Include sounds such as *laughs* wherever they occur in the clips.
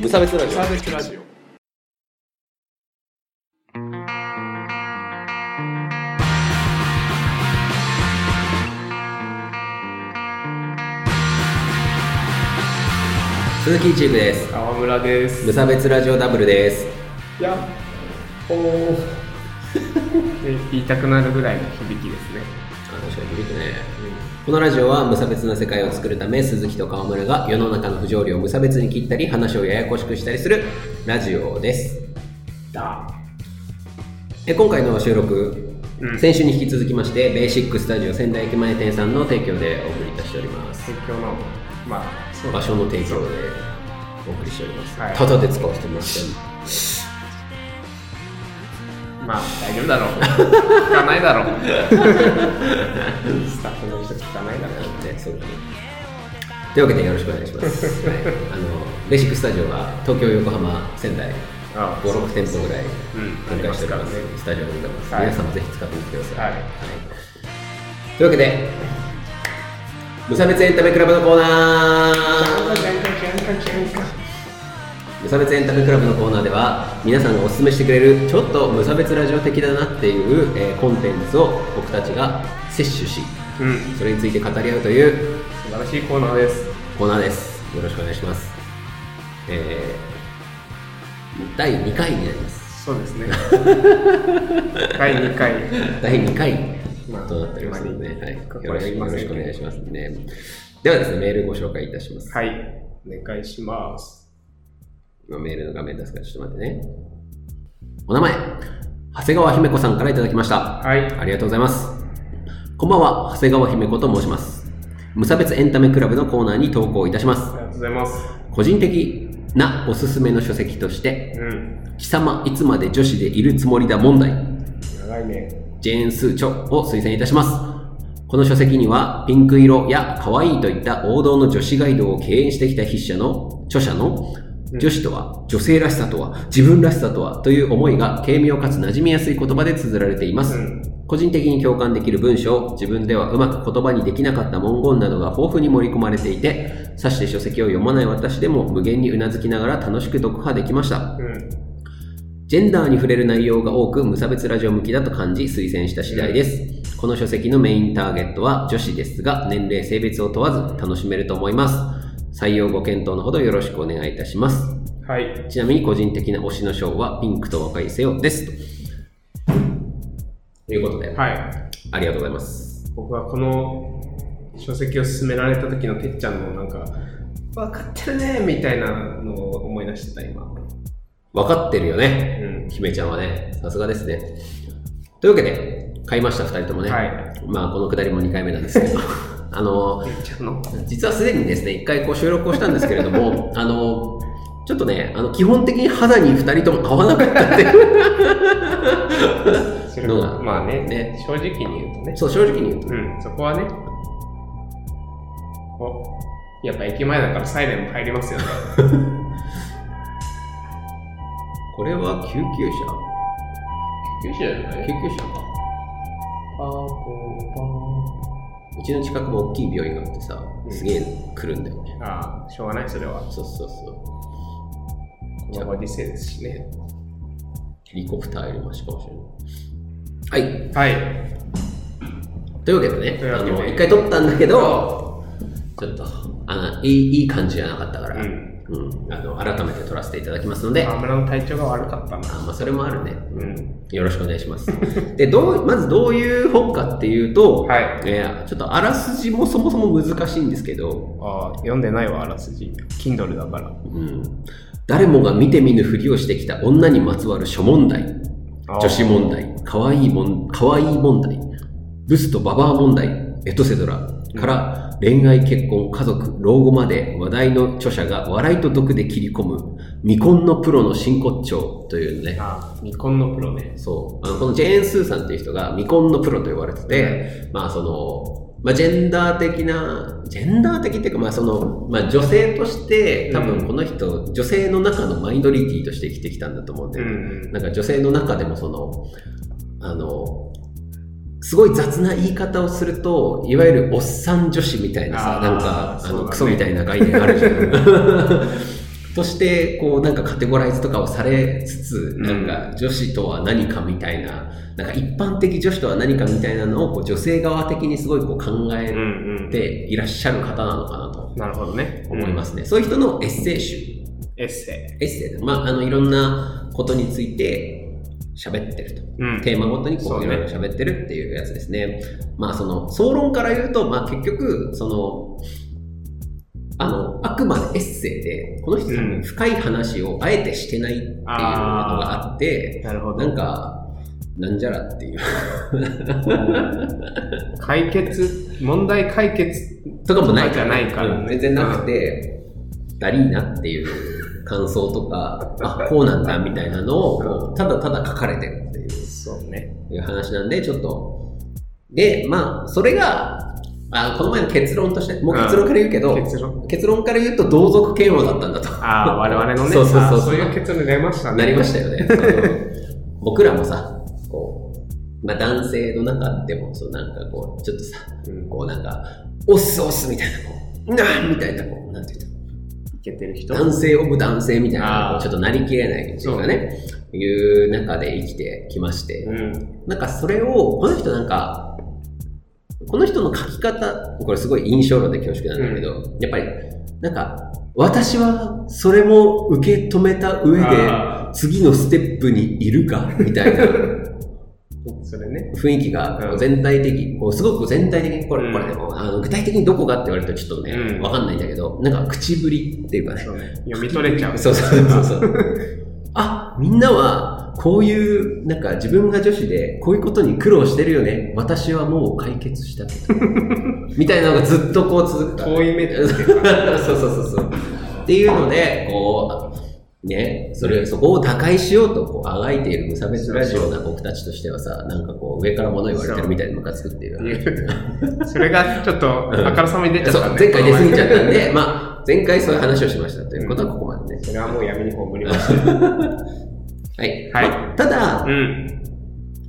無差別ラジオサービスラジオ鈴木チークです川村です無差別ラジオダブルですやっほー言いたくなるぐらいの響きですね確かに響くねこのラジオは無差別な世界を作るため鈴木と川村が世の中の不条理を無差別に切ったり話をややこしくしたりするラジオですだえ今回の収録、うん先週に引き続きましてベーシックスタジオ仙台駅前店さんの提供でお送りいたしております東京のまあそう場所の提供でお送りしております、はいただで使わせてもらってまあ大丈夫だろう聞かないだ *laughs* ろうスタッフの人聞かないだろうね、そうだね。というわけでよろしくお願いします。 *laughs* はいあのベーシックスタジオは東京、横浜、仙台、あ5、6店舗ぐらいうん展開しておりますありますからねスタジオでございます。はい皆さんもぜひ使ってみてください。はいというわけで、無差別エンタメクラブのコーナー無差別エンタメクラブのコーナーでは皆さんがおすすめしてくれるちょっと無差別ラジオ的だなっていう、えーコンテンツを僕たちが摂取しうんそれについて語り合うという素晴らしいコーナーですコーナーです。よろしくお願いします。えー、第2回になり *laughs* ます。そうですね第2回第2回まあとなっておりますので、はまあい、こよころはし言くいよまろせしんくおけど願いしますね。ではですね、メールご紹介いたします。はいお願いします今メールの画面出すからちょっと待ってね。お名前、長谷川姫子さんからいただきました。はいありがとうございます。こんばんは、長谷川姫子と申します。無差別エンタメクラブのコーナーに投稿いたしまあすり。がとうございます個人的なおすすめの書籍として、うん貴様いつまで女子でいるつもりだ問題長いねジェーン・スー・チョを推薦いたしますこの書籍にはピンク色や可愛いといった王道の女子ガイドを敬遠してきた筆者の著者のうん女子とは女性らしさとは自分らしさとはという思いが軽妙かつ馴染みやすい言葉で綴られています、うん個人的に共感できる文章、自分ではうまく言葉にできなかった文言などが豊富に盛り込まれていて、さして書籍を読まない私でも無限にうなずきながら楽しく読破できました。うんジェンダーに触れる内容が多く無差別ラジオ向きだと感じ推薦した次第です。この書籍のメインターゲットは女子ですが、年齢、性別を問わず楽しめると思います。採用ご検討のほどよろしくお願いいたします。はいちなみに個人的な推しの賞はピンクと若いせよです。ということで、はいありがとうございます。僕はこの書籍を勧められた時のてっちゃんのなんか分かってるねみたいなのを思い出してた今わかってるよね。うん姫ちゃんはね、さすがですね。というわけで、買いました、二人ともね。はいまあ、このくだりも2回目なんですけ *laughs* ど。あのてっちゃんの実はすでにですね、一回こう収録をしたんですけれども、 *laughs* あの、ちょっとね、あの基本的に肌に2人とも合わなかったって *laughs* いう、それどうだはまあねね正直に言うとねそう、正直に言うと、うんそこはねおやっぱ駅前だからサイレンも入りますよねこれは救急車九州じゃな救急車か。パーポうちの近くも大きい病院があってさ、すげえ来るんだよね。ーパーああしょうがないそれはそうそうそう。このご時世ですしねヘリコプターよりマシかもしれない。はい。はいというわけでといね、うあわけでの、一回撮ったんだけど、ちょっと、あのいい、いい感じじゃなかったから、ううんん、あの、改めて撮らせていただきますので、河村の体調が悪かったなあまあ、それもあるね。うんよろしくお願いします。で、どう、まずどういう本かっていうと、はいえーちょっとあらすじもそもそも難しいんですけど、ああ読んでないわあらすじ Kindle だからうん、誰もが見て見ぬふりをしてきた女にまつわる諸問題、あー女子問題、かわいいもん、かわいい問題、ブスとババア問題、エトセトラから、恋愛、結婚、家族、老後まで話題の著者が笑いと毒で切り込む、未婚のプロの真骨頂というね、あ未婚のプロねそうあのこのジェーン・スーさんっていう人が未婚のプロと呼ばれてて、まあそのまあ、ジェンダー的なジェンダー的っていうか、まあそのまあ、女性として多分この人、女性の中のマイノリティとして生きてきたんだと思うんで、んなんか女性の中でもそのあのすごい雑な言い方をするといわゆるおっさん女子みたいなさあーなんかあそうだのねクソみたいな概念あるじゃん。 *laughs* として、こう、なんかカテゴライズとかをされつつ、なんか女子とは何かみたいな、なんか一般的女子とは何かみたいなのをこう女性側的にすごいこう考うんえうん。ていらっしゃる方なのかなとなるほどね。。思いますすね。そういう人のエッセイ集、エッセエッセイで、まあ、あの、いろんなことについて喋ってると。イ。うん。テーマごとにこそううねいろいろ喋ってるっていうやつですね。まあその総論から言うと、まあ結局、その、あの、あくまでエッセイで、この人多うん分深い話をあえてしてないっていうのがあって、なるほど。なんか、なんじゃらっていう。解決、問題解決。とかもないとかじゃないからうん全然なくて、だりーなっていう感想とか、あ、こうなんだみたいなのをこう、ただただ書かれてるっていう。そうね。いう話なんで、ちょっと。で、まあ、それが、あこの前の結論として、もう結論から言うけど、結論。結論から言うと同族嫌悪だったんだと。ああ、我々のね、そうそうそうあーそういう結論になりましたね。なりましたよね。あの *laughs* 僕らもさ、こう、まあ男性の中でも、そうなんかこう、ちょっとさ、うんこうなんか、オスオスみたいな、こう、なんみたいな、こう、なんて言ういけてる人の男性オブ男性みたいあな、ーこうちょっとなりきれないっていうかね、いう中で生きてきまして、うん。なんかそれを、この人なんか、この人の書き方、これすごい印象論で恐縮なんだけど、やっぱり、なんか、私はそれも受け止めた上で、あ次のステップにいるか、みたいな *laughs* ーそれね。雰囲気うがん全体的、こうすごく全体的に、こうれ、んこれでも、あの具体的にどこがって言われるとちょっとうね、んわかんないんだけど、なんか口ぶりっていうかね、そ *laughs* うね。読み取れちゃう。そうそうそうそう。 *laughs* あ、みんなは、こういう、なんか自分が女子で、こういうことに苦労してるよね。私はもう解決したけど。 *laughs* みたいなのがずっとこう続くから。遠い目で見てるか *laughs* らそうそうそうそう。っていうので、こう、ね、それ、そこを打開しようと、こう、あがいている無差別ラジオな僕たちとしてはさ、なんかこう、上から物言われてるみたいにムカつくっていう。それがちょっうと、んあからさまに出ちゃ *laughs* っそうたね。前回出過ぎちゃったん *laughs* ねで、まあ、前回そういう話をしましたということはここまでね。 *laughs* それはもう闇に葬りました。はい。はいまあただ、うん。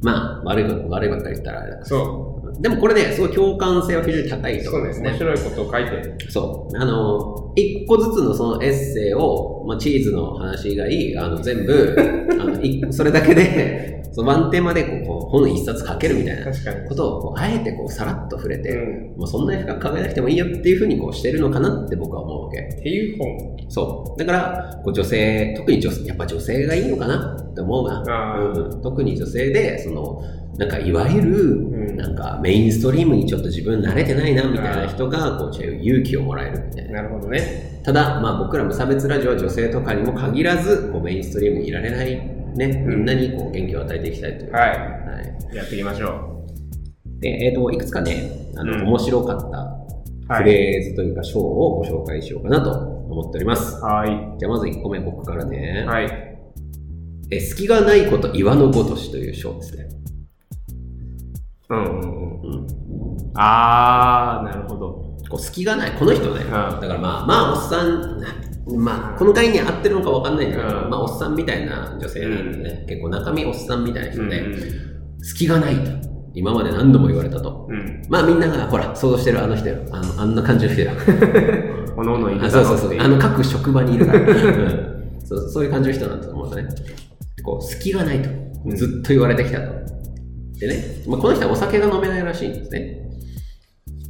まあ、悪いこと、悪いばっかり言ったらあれだかそ。ら。でもこれね、すごい共感性は非常に高いうとそ思ううんでですすね。面ね。白いことを書いてる。そう。あの、一個ずつのそのエッセイを、まあ、チーズの話以外、あの、全部、 *laughs* あの、いそれだけで、そのワンテーマでこう、こう本一冊書けるみたいな確かに。ことを、こう、あえてこう、さらっと触れて、うん。もうそんなに深く考えなくてもいいよっていうふうにこうしてるのかなって僕は思うわけ。っていう本。そう。だから、こう女性、特に女性、やっぱ女性がいいのかなって思うな。あーうん、特に女性で、その、なんかいわゆる、うんなんかメインストリームにちょっと自分慣れてないなみたいな人がこう勇気をもらえるみたいななるほどね。ただまあ僕ら無差別ラジオは女性とかにも限らずこうメインストリームにいられないねうんみんなにこう元気を与えていきたいという、いははい、い。やっていきましょでえー、といくつかねあの、うん面白かったう。はフい。レーズというか章をご紹介しようかなと思っておりますはじゃあまず1個目僕からね、い。はい。え隙がないこと岩のごとしという章ですね、うんうんうん。うん、あー、なるほど。こう隙がないこの人ね、だんからまあまあおっさんなまあこの概念合ってるのかわかんないんだけど、うんまあおっさんみたいな女性なんでね、結構中身おっさんみたいなう人んで、隙がないと今まで何度も言われたとうん。まあみんながほら想像してるあの人よあのあんな感じの人よおのおのいあるそだうそろうっそていううあの各職場にいる *laughs* から、うんそうそういう感じの人なんだと思うんだねこう隙がないとうんずっと言われてきたと、でね、まあ、この人はお酒が飲めないらしいんですね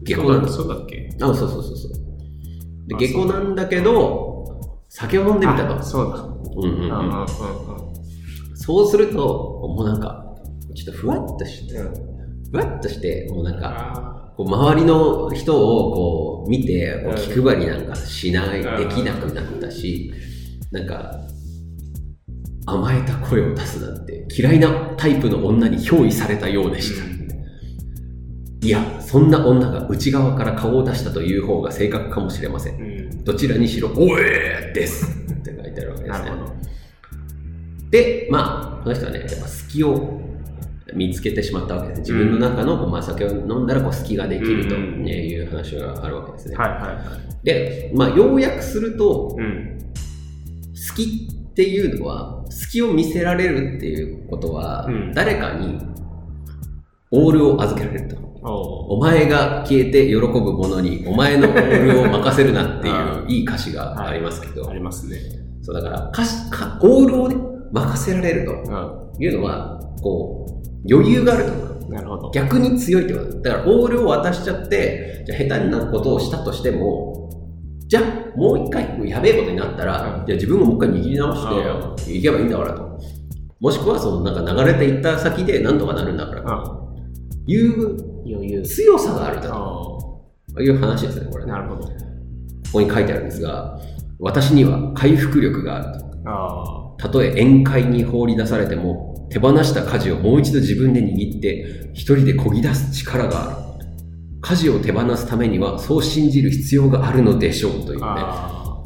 下校なんですそうだっけあ、そうそうそうそう。で、あ下校なんだけど、酒を飲んでみたあと。そうだ。うんうんうんうんうんうんそうすると、もうなんか、ちょっとふわっとして、うん。ふわっとして、もうなんか、あこう周りの人をこう見て、こううん気配りなんかしない、うんできなくなったし、なんか、甘えた声を出すなんて、嫌いなタイプの女に憑依されたようでした。いや、そんな女が内側から顔を出したという方が正確かもしれませんー。うん。どちらにしろ、おえーですって書いてあるわけでなすねる。ほど。で、まあ、この人はね、やっぱ隙を見つけてしまったわけです。自分の中の、こうまあ、酒を飲んだらこう隙ができると、うんうんねいう話があるわけですね。はいはいはい。で、まあ、要約すると、うん。隙っていうのは、隙を見せられるっていうことは、うん誰かにオールを預けられると。おお前が消えて喜ぶ *laughs* ものに、お前のオールを任せるなっていういい歌詞がありますけどあ、りますね。そうだからかしかオールをね任せられるとういうのはこう余裕があるとかん。なるほど。逆に強いってことだだからオールを渡しちゃってじゃあ下手になることをしたとしてもじゃあもう一回やべえことになったら、うんじゃあ自分がもう一回握り直あしていけばいいんだからともしくはそのなんか流れていった先で何とかなるんだからとあいう余裕。強さがあるああ。という話ですねこれねなるほど。ここに書いてあるんですが私には回復力があるとあたとえ宴会に放り出されても、手放した舵をもう一度自分で握って、一人で漕ぎ出す力がある。舵を手放すためには、そう信じる必要があるのでしょうというね、あ。あ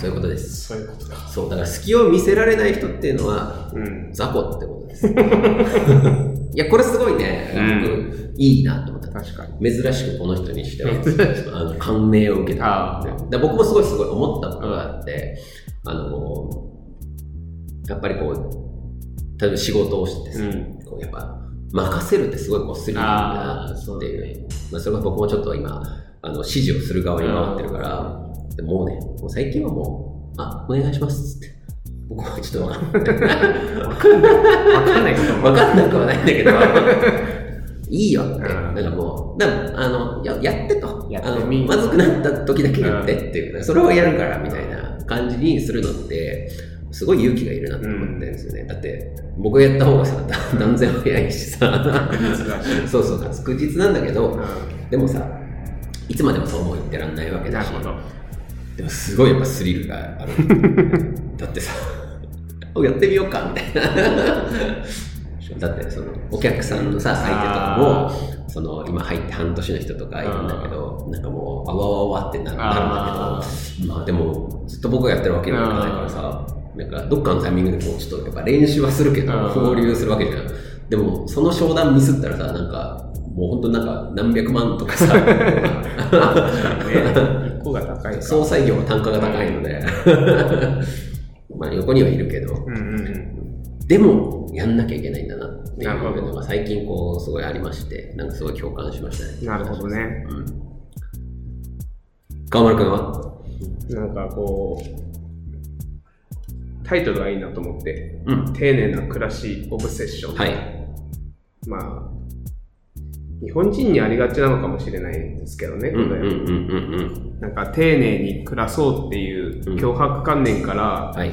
そういうことであ。す。そういうことか。そう、だから隙を見せられない人っていうのは、うん。雑魚ってこと *laughs* です。いや、これすごいね、うん僕いいなと思った。確かに。珍しくこの人に *laughs* しては、あの感銘を受けたあ。ーで僕もすごいすごい思ったことがあって、あの、やっぱりこう、例えば仕事をしててさ、ん。こうやっぱ、任せるってすごいこうスリルだなそっうてだいう。ね。まあ、それが僕もちょっと今、あの、指示をする側に回ってるから、でもうね、もう最近はもう、あ、お願いしますっつって。僕はちょっとわかんわかんないけど。わかんなくはないんだけ *laughs* ど、いいよって。うんなんかもう、だからあのややってとやってあの。みまずくなった時だけやってっていう、それをやるからみたいな感じにするのって、すごい勇気がいるなと思ってるんですよね。だって、僕やった方がさ、 *laughs* 断然早いしさ、 *laughs* 難しい。そうそう、確実なんだけど、うでもさ、いつまでもそうも言ってらんないわけん。だなしる、ほど。でもすごいやっぱスリルがある。だってさ、 *laughs* おやってみようかみたい *laughs* な。だってそのお客さんのさ相手とかもその今入って半年の人とかいるんだけどなんかもうあわわわってななるんあだけどまあでもずっと僕がやってるわけにはいかないからさなんかどっかのタイミングでこうちょっとやっぱ練習はするけどうん交流するわけじゃんでもその商談ミスったらさなんかもう本当なんか何百万とかさね、一個が高いか。総裁業は単価が高いので *laughs* まあ横にはいるけどうんうんでもやんなきゃいけないんだなっていなるほどうのが最近こうすごいありましてなんかすごい共感しましたうん。ね、なるほどね。うん、川丸君はなんかこう、タイトルがいいなと思って、うん丁寧な暮らしオブセッション。はいまあ、日本人にありがちなのかもしれないんですけどね、うんうんこうんれうんうんなんか丁寧に暮らそうっていう脅迫観念から、はい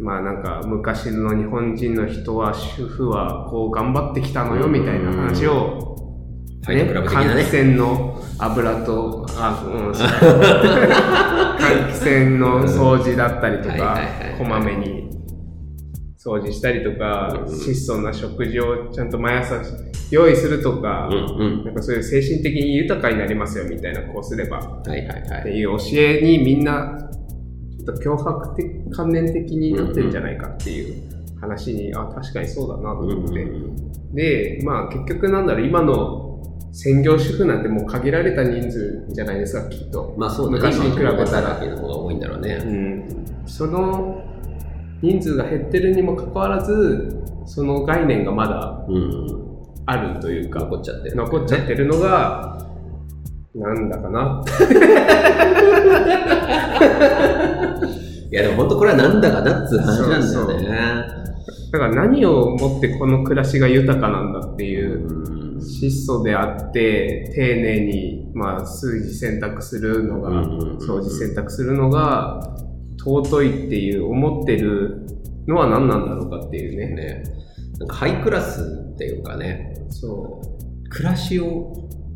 まあなんか昔の日本人の人は主婦はこう頑張ってきたのよみたいな話を、ファイトクラブ的な換ね気扇の油と、あ、うん、そう換気扇の掃除だったりとはいかはいはいはい、こまめに掃除したりとか、うん質素な食事をちゃんと毎朝用意するとかう、んなんかそういう精神的に豊かになりますよみたいな、こうすればうんはいはいはっていいう教えにみんな、ちょっと脅迫的、観念的になってるんじゃないかっていう話に、あ、確かにそうだなとうんうん思うって。んで、まあ結局なんだろう、今の専業主婦なんてもう限られた人数じゃないですか、きっと。まあそうだね昔に比べたら今の働きの方が多いんだろううねん。その人数が減ってるにもかかわらず、その概念がまだうんあるというか、残っちゃってる残っちゃってるのが、なんだかな。いやでも本当これはなんだかなっつう話なんだよねだから何をもってこの暮らしが豊かなんだっていう、うん質素であって、丁寧に、まあ、数字選択するのが、掃除選択するのが尊いっていう思ってるのは何なんだろうかっていうね。ね、なんかハイクラスっていうかね、そう。暮らしを、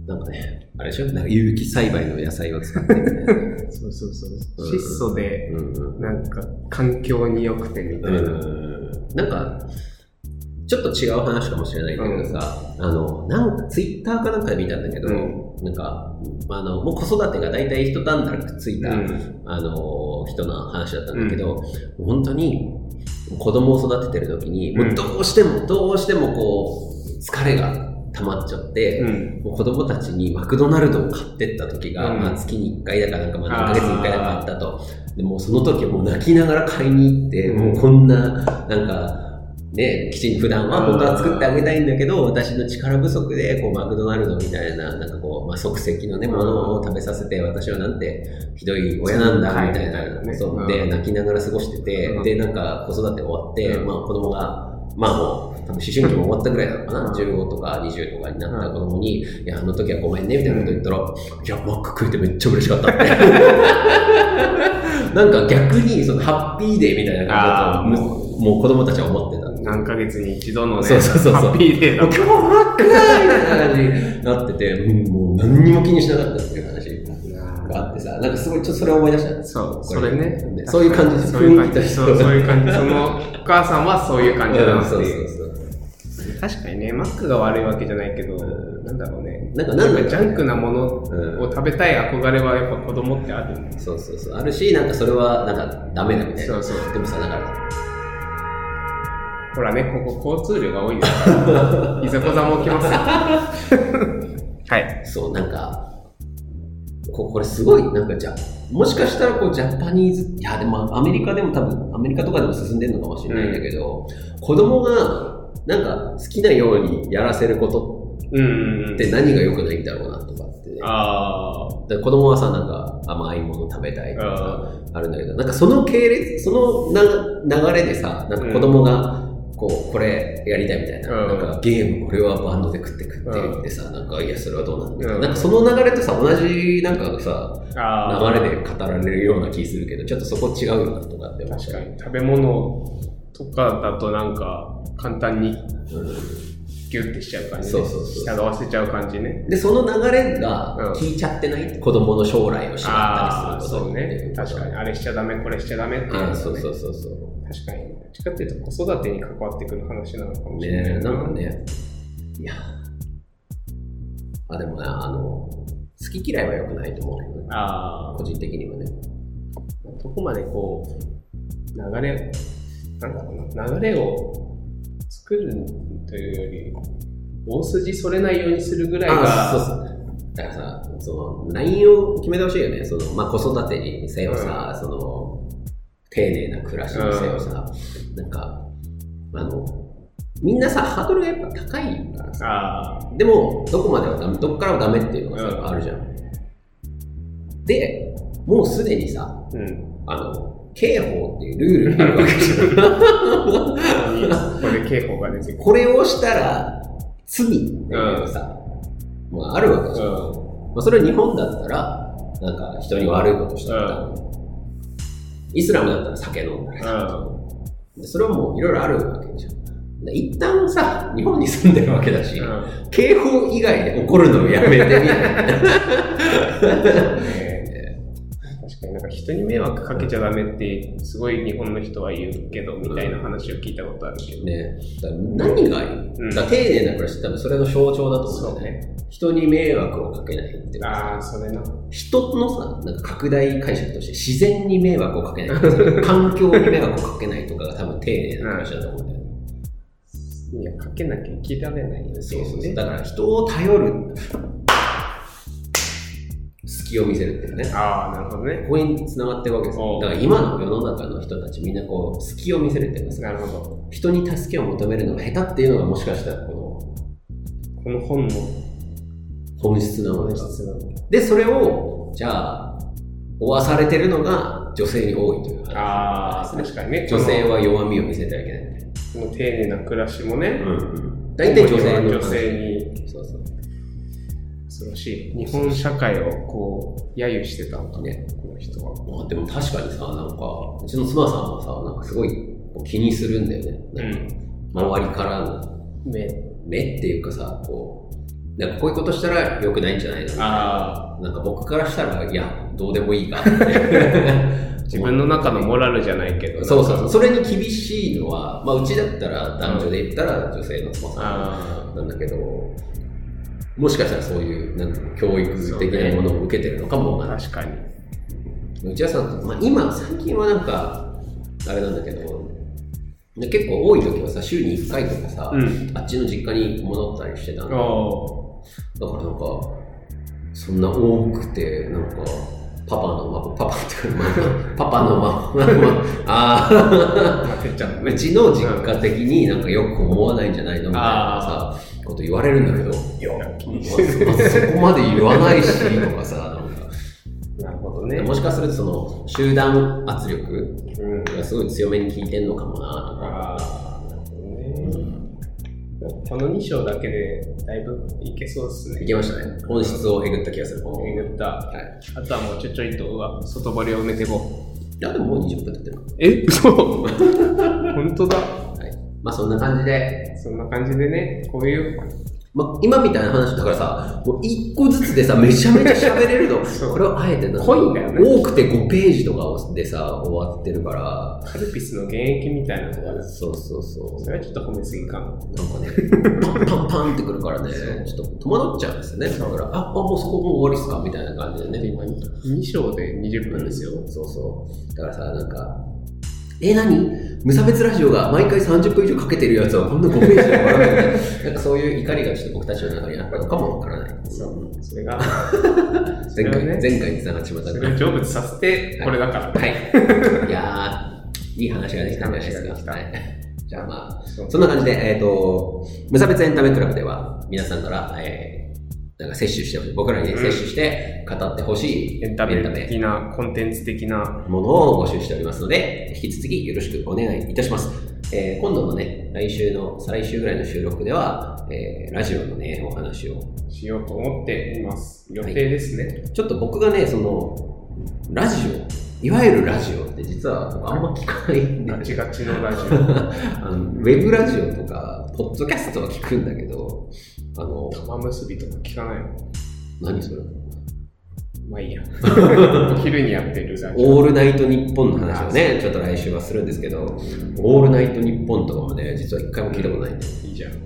なんかね、あれでしょ、なんか有機栽培の野菜を使って *laughs* みたいな。そうそうそうう。ん質素で、うんうんなんか環境に良くてみたいな。うんなんか、ちょっと違う話かもしれないけどさ、あの、なんかツイッターかなんかで見たんだけど、うなんか、あの、もう子育てが大体一段落ついた、うんあの人の話だったんだけど、本当に子供を育ててる時に、もうどうしてもどうしてもこう疲れが溜まっちゃって、うん。もう子供たちにマクドナルドを買ってった時が、うんまあ、月に1回だかなんか、まあ、何ヶ月に1回だかあったとでもうその時はもう泣きながら買いに行って、うんもうこんななんかね、きちんと普段は本当は作ってあげたいんだけど、私の力不足で、こう、マクドナルドみたいな、なんかこう、まあ、即席のね、ものを食べさせて、私はなんて、ひどい親なんだ、みたいはいはいはな、いそう、で、うん泣きながら過ごしてうて、んで、なんか、子育て終わって、うんまあ、子供が、まあもう、多分思春期も終わったぐらいなのかな、うん15とか20とかになった子供に、いや、あの時はごめんね、みたいなこと言ったら、いや、マック食えてめっちゃ嬉しかった *laughs* って。なんか逆に、その、ハッピーデーみたいな感じだと、あーもうもう子供たちは思ってた。何ヶ月に一度のね、そうそうそうそうハッピーデーもだう。今日マックみたいな感じになってて、うんもう何にも気にしなかったっていう話があってさ、なんかすごい、ちょっとそれを思い出したんですそう、こそれね。そういう感じですそういう感雰囲気とじ。してそうそういう感じ。その、お母さんはそういう感じだなってそういう。そうそう。確かにね、マックが悪いわけじゃないけど、なんだろうね。なんかなんだろうねジャンクなものうんを食べたい憧れはやっぱ子供ってあるよね。そうそうそう。あるし、なんかそれは、なんかダメだみたいそな。うそう。でもさ、だから、ほらね、ここ交通量が多いん *laughs* だから、いざこざも起きますよ。はい。そう、なんか、ここれすごい、なんかじゃもしかしたらこうジャパニーズ、いや、でもアメリカでも多分、アメリカとかでも進んでるのかもしれないんだけど、子供が、なんか好きなようにやらせることうん。って何が良くないんだろうなとかってね。あだーから子供はさ、なんか甘いもの食べたいとかああるんだけど、なんかその系列、そのな流れでさ、なんか子供が、こう、これやりたいみたいな、うんなんかゲーム、これはバンドで食って食ってってさ、なんか、いや、それはどうなんだ、うんなんかその流れとさ、同じなんかさ、ー。あ流れで語られるような気するけど、ちょっとそこ違うよなとかってー思っ確たかりに。食べ物とかだとなんか、簡単にうギュッてしちゃう感じね。そうそうそう従わせちゃう感じね。んで、その流れがうん聞いちゃってない、子供の将来を知ったああー、りするそことにうね。確かに。。あれしちゃダメ、これしちゃダメっていうのあがあ、ねそうそうそうそう。確かに。どっちかっていうと、子育てに関わってくる話なのかもしれないね。なんか。ね、いや、あ、でもな、あの、好き嫌いは良くないと思うけどね、ああ個、人的にはね。どこまでこう、流れ、なんだろうな、流れを作るというより、大筋それないようにするぐらいが、そうそう。だからさ、その、ラインを決めてほしいよね。その、まあ、子育てにせよさ、その、丁寧な暮らしにせよさ、なんか、あの、みんなさ、ハードルがやっぱ高いからさ、あでも、どこまではダメ、どっからはダメっていうのがうさ、んあるじゃん。で、もうすでにさ、ー、うん。あの、刑法っていうルールがあるわけ *laughs* じゃん。これで警報が出てくる。これをしたら、罪っていうのがさ、まああるわけじゃん。まあそれは日本だったら、なんか人に悪いことしたとか、イスラムだったら酒飲んだりとか、でそれはもういろいろあるわけじゃん。で一旦さ、日本に住んでるわけだし、うん。刑法以外で怒るのをやめ *laughs* てみたいな。ね確かになんか人に迷惑かけちゃダメってすごい日本の人は言うけどみたいな話を聞いたことあるけど、ね、だから何がいい、うんだから丁寧な暮らしって多分それの象徴だと思うんそだうよね。ね人に迷惑をかけないっていうかああそれな人のさ、なんか拡大解釈として自然に迷惑をかけないとか、環境に迷惑をかけないとかが多分丁寧な暮らしだと思うんだよね。いやかけなきゃ生きられないよねそうそうねだから人を頼る隙を見せるっていうねああなるほどねここに繋がってるわけですおようだから今の世の中の人たちみんなこう隙を見せるっていうかさなるほど人に助けを求めるのが下手っていうのがもしかしたらここの本のの本質なの本で質なのでそれをじゃあ負わされてるのが女性に多いというかああ確かにね女性は弱みを見せてはいけない、この丁寧な暮らしもね、大体女性の女性にそうそう恐ろしい日本社会をこう揶揄してたのかねねこの人はまあでも確かにさ、なんか、うちの妻さんもさ、なんかすごいこう気にするんだよね。なんか周りからのね目っていうかさ、こう、なんかこういうことしたら良くないんじゃないのああなんか僕からしたら、いや、どうでもいいかって。 *laughs* 自分の中のモラルじゃないけどそうそうなんそかう。それに厳しいのは、まあうちだったら男女で言ったら女性の妻さあんなんだけど、もしかしたらそういう、なんていうの、教育的なものを受けてるのかもわかんないあ確かに内田さんと、まあ、今最近はなんかあれなんだけどで結構多い時はさ週に1回とかさ、うんあっちの実家に戻ったりしてたのだかあらなんかそんな多くてなんかパパのママ、パパっていうか、 *laughs* パパのママ、あまあてっちゃんのあ、ね *laughs* うちの実家的になんかよく思わないんじゃないのみたいなさ、こと言われるんだけど、いや、まずそこまで言わないし、とかさ、なんかなるほどねもしかするとその集団圧力うんがすごい強めに効いてんのかもなああなるほとどねか、うんこの2章だけでだいぶいけそうですねいけましたね。本質をえぐった気がする。えはい。ぐったあとはもうちょちょいとうわ外堀を埋めていこういや、でももう20分経ってるな。え嘘本当だはい。まあそんな感じで、そんな感じでねこういうまあ、今みたいな話だからさ、もう一個ずつでさ、めちゃめちゃ喋れるの。 *laughs* そうこれをあえてなんか濃いんだよね多くて5ページとかをでさ、終わってるから。カルピスの原液みたいなのがあるそうそうそそれはちょっと褒めすぎかう。ななんかね、パンパンパンってくるからね、ちょっと戸惑っちゃうんですよね。だから、あ、あもうそこもう終わりっすかみたいな感じでだねって。今2章で20分ですよ、そうそう。だからさ、なんか、え、何無差別ラジオが毎回30分以上かけてるやつはこんな5ページで終わらない *laughs* みたいな。なんかそういう怒りがちょっと僕たちの中にあったのかもわからない。そうそれがそ前れを回、ね前回につながっちまったそかれらを。成仏させてこれだから、はい。いやー、いい話ができたんじゃないいいです話か。がはできい、じゃあまあ、そうそんな感じで、えっ、と、無差別エンタメクラブでは、皆さんから、えー、なんか摂取してほしい。僕らにねうん摂取して語ってほしいエンタメ的なコンテンツ的なものを募集しておりますので、引き続きよろしくお願いいたします。えー今度のね、来週の、再来週ぐらいの収録では、えーラジオのね、お話を。しようと思っています予定ですね、ちょっと僕がね、その、ラジオ、いわゆるラジオって実は僕あんま聞かないんで、ガチガチのラジあのウェブラジオとか、ポッドキャストは聞くんだけど、あのオ、玉結びとか聞かないの何それまあ *laughs* いいや昼にやってるラジオオールナイトニッポンの話をね、ちょっと来週はするんですけど、オールナイトニッポンとかもね、実は一回も聞いたことないんで、いいじゃんうん、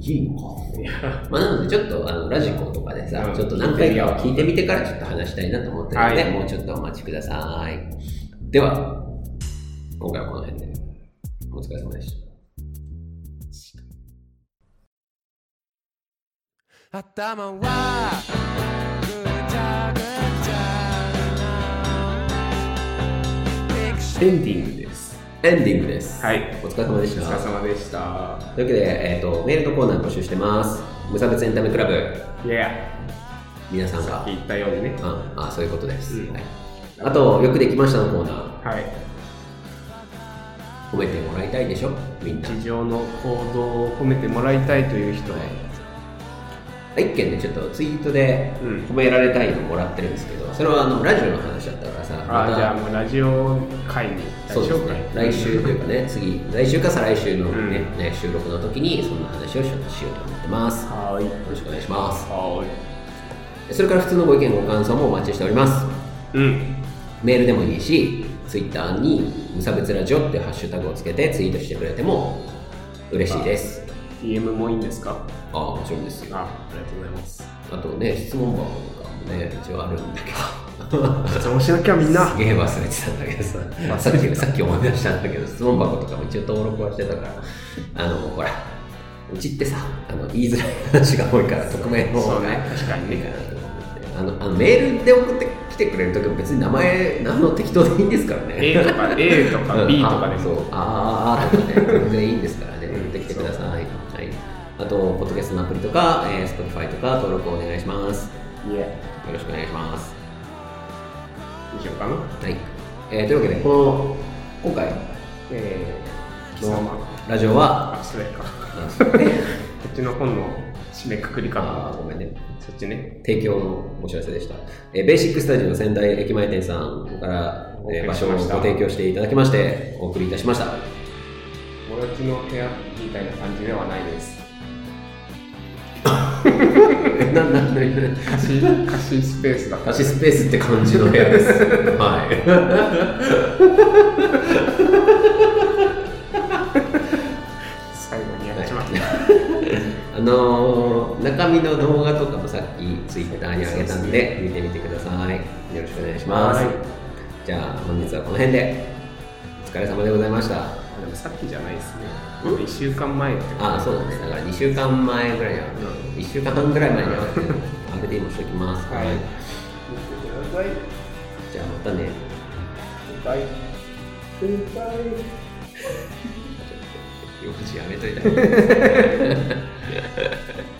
いいのか。いやまあ、なのでちょっとあのラジコとかでさ、うんちょっと何回かは聞いてみてからちょっと話したいなと思ってるので、はいもうちょっとお待ちください。では、今回はこの辺で、お疲れ様でした。頭はぐちゃぐちゃなエンディングですエンディングです。はいお疲れ様でしおた。疲れ様でしたというわけで、えーと、メールとコーナー募集してます。無差別エンタメクラブ、いや皆さんが、言ったようにねああ、そういうことです。うんはいあと、よくできましたのコーナー、はい褒めてもらいたいでしょ、みんな。日常の行動を褒めてもらいたいという人は、はい、一件ね、ちょっとツイートでうん褒められたいのもらってるんですけど、それはあのラジオの話だったからさ、ああじゃあまもうラジオ会にた、そうですね、来週というかね、次、来週か再来週の、ねうんね収録の時に、そんな話をしようと思ってます。よはいろしくお願いします。はそれから普通のご意見、ご感想もお待ちしております。いうんメールでもいいし、ツイッターに無差別ラジオってハッシュタグをつけてツイートしてくれても嬉しいです。 DM もいいんですかああ、もちろんですよ。あありがとうございますあとね、質問箱とかもね、一応あるんだけど。質問しなきゃみんな *laughs* すげえ忘れてたんだけどさ、さっきさっき思い出したんだけど、質問箱とかも一応登録はしてたから、あの、ほら、うちってさ、あの言いづらい話が多いから、匿名の方そうがねね、確かにいいかねなと思って、あのあのメールで送ってきてくれるときも別に名前、何の適当でいいんですからね。 A とか *laughs* A とうかん B とかであもそう、あーあーとかね、全然いいんですからね、送ってきてください。はい、あと、ポッドキャストのアプリとか、えー Spotify とか登録お願いします。いえよろしくお願いします。以上かなはい、えーというわけでこの今回えー貴様のラジオはあそれかあこなんですかねっちの本の締めくくりあかーごめんねそっちね提供のお知らせでした、えーベーシックスタジオ仙台駅前店さんから、えーお場送りし所をまごした提供していただきましてお送りいたしました友達の部屋みたいな感じではないですえなななな貸し貸しスペースだ貸しスペースって感じの部屋ですはい最後にやっちまったあのー中身の動画とかもさっきツイッターに上げたんで見てみてくださいよろしくお願いします、はいじゃあ本日はこの辺でお疲れ様でございましたでもさっきじゃないですね。うん1週間前ってことあそうだねだから2週間前ぐらいには1週間半ぐらい前にはあれで今しときますはい。はい見てください。じゃあまたね。痛い痛い用事やめといた方がいい。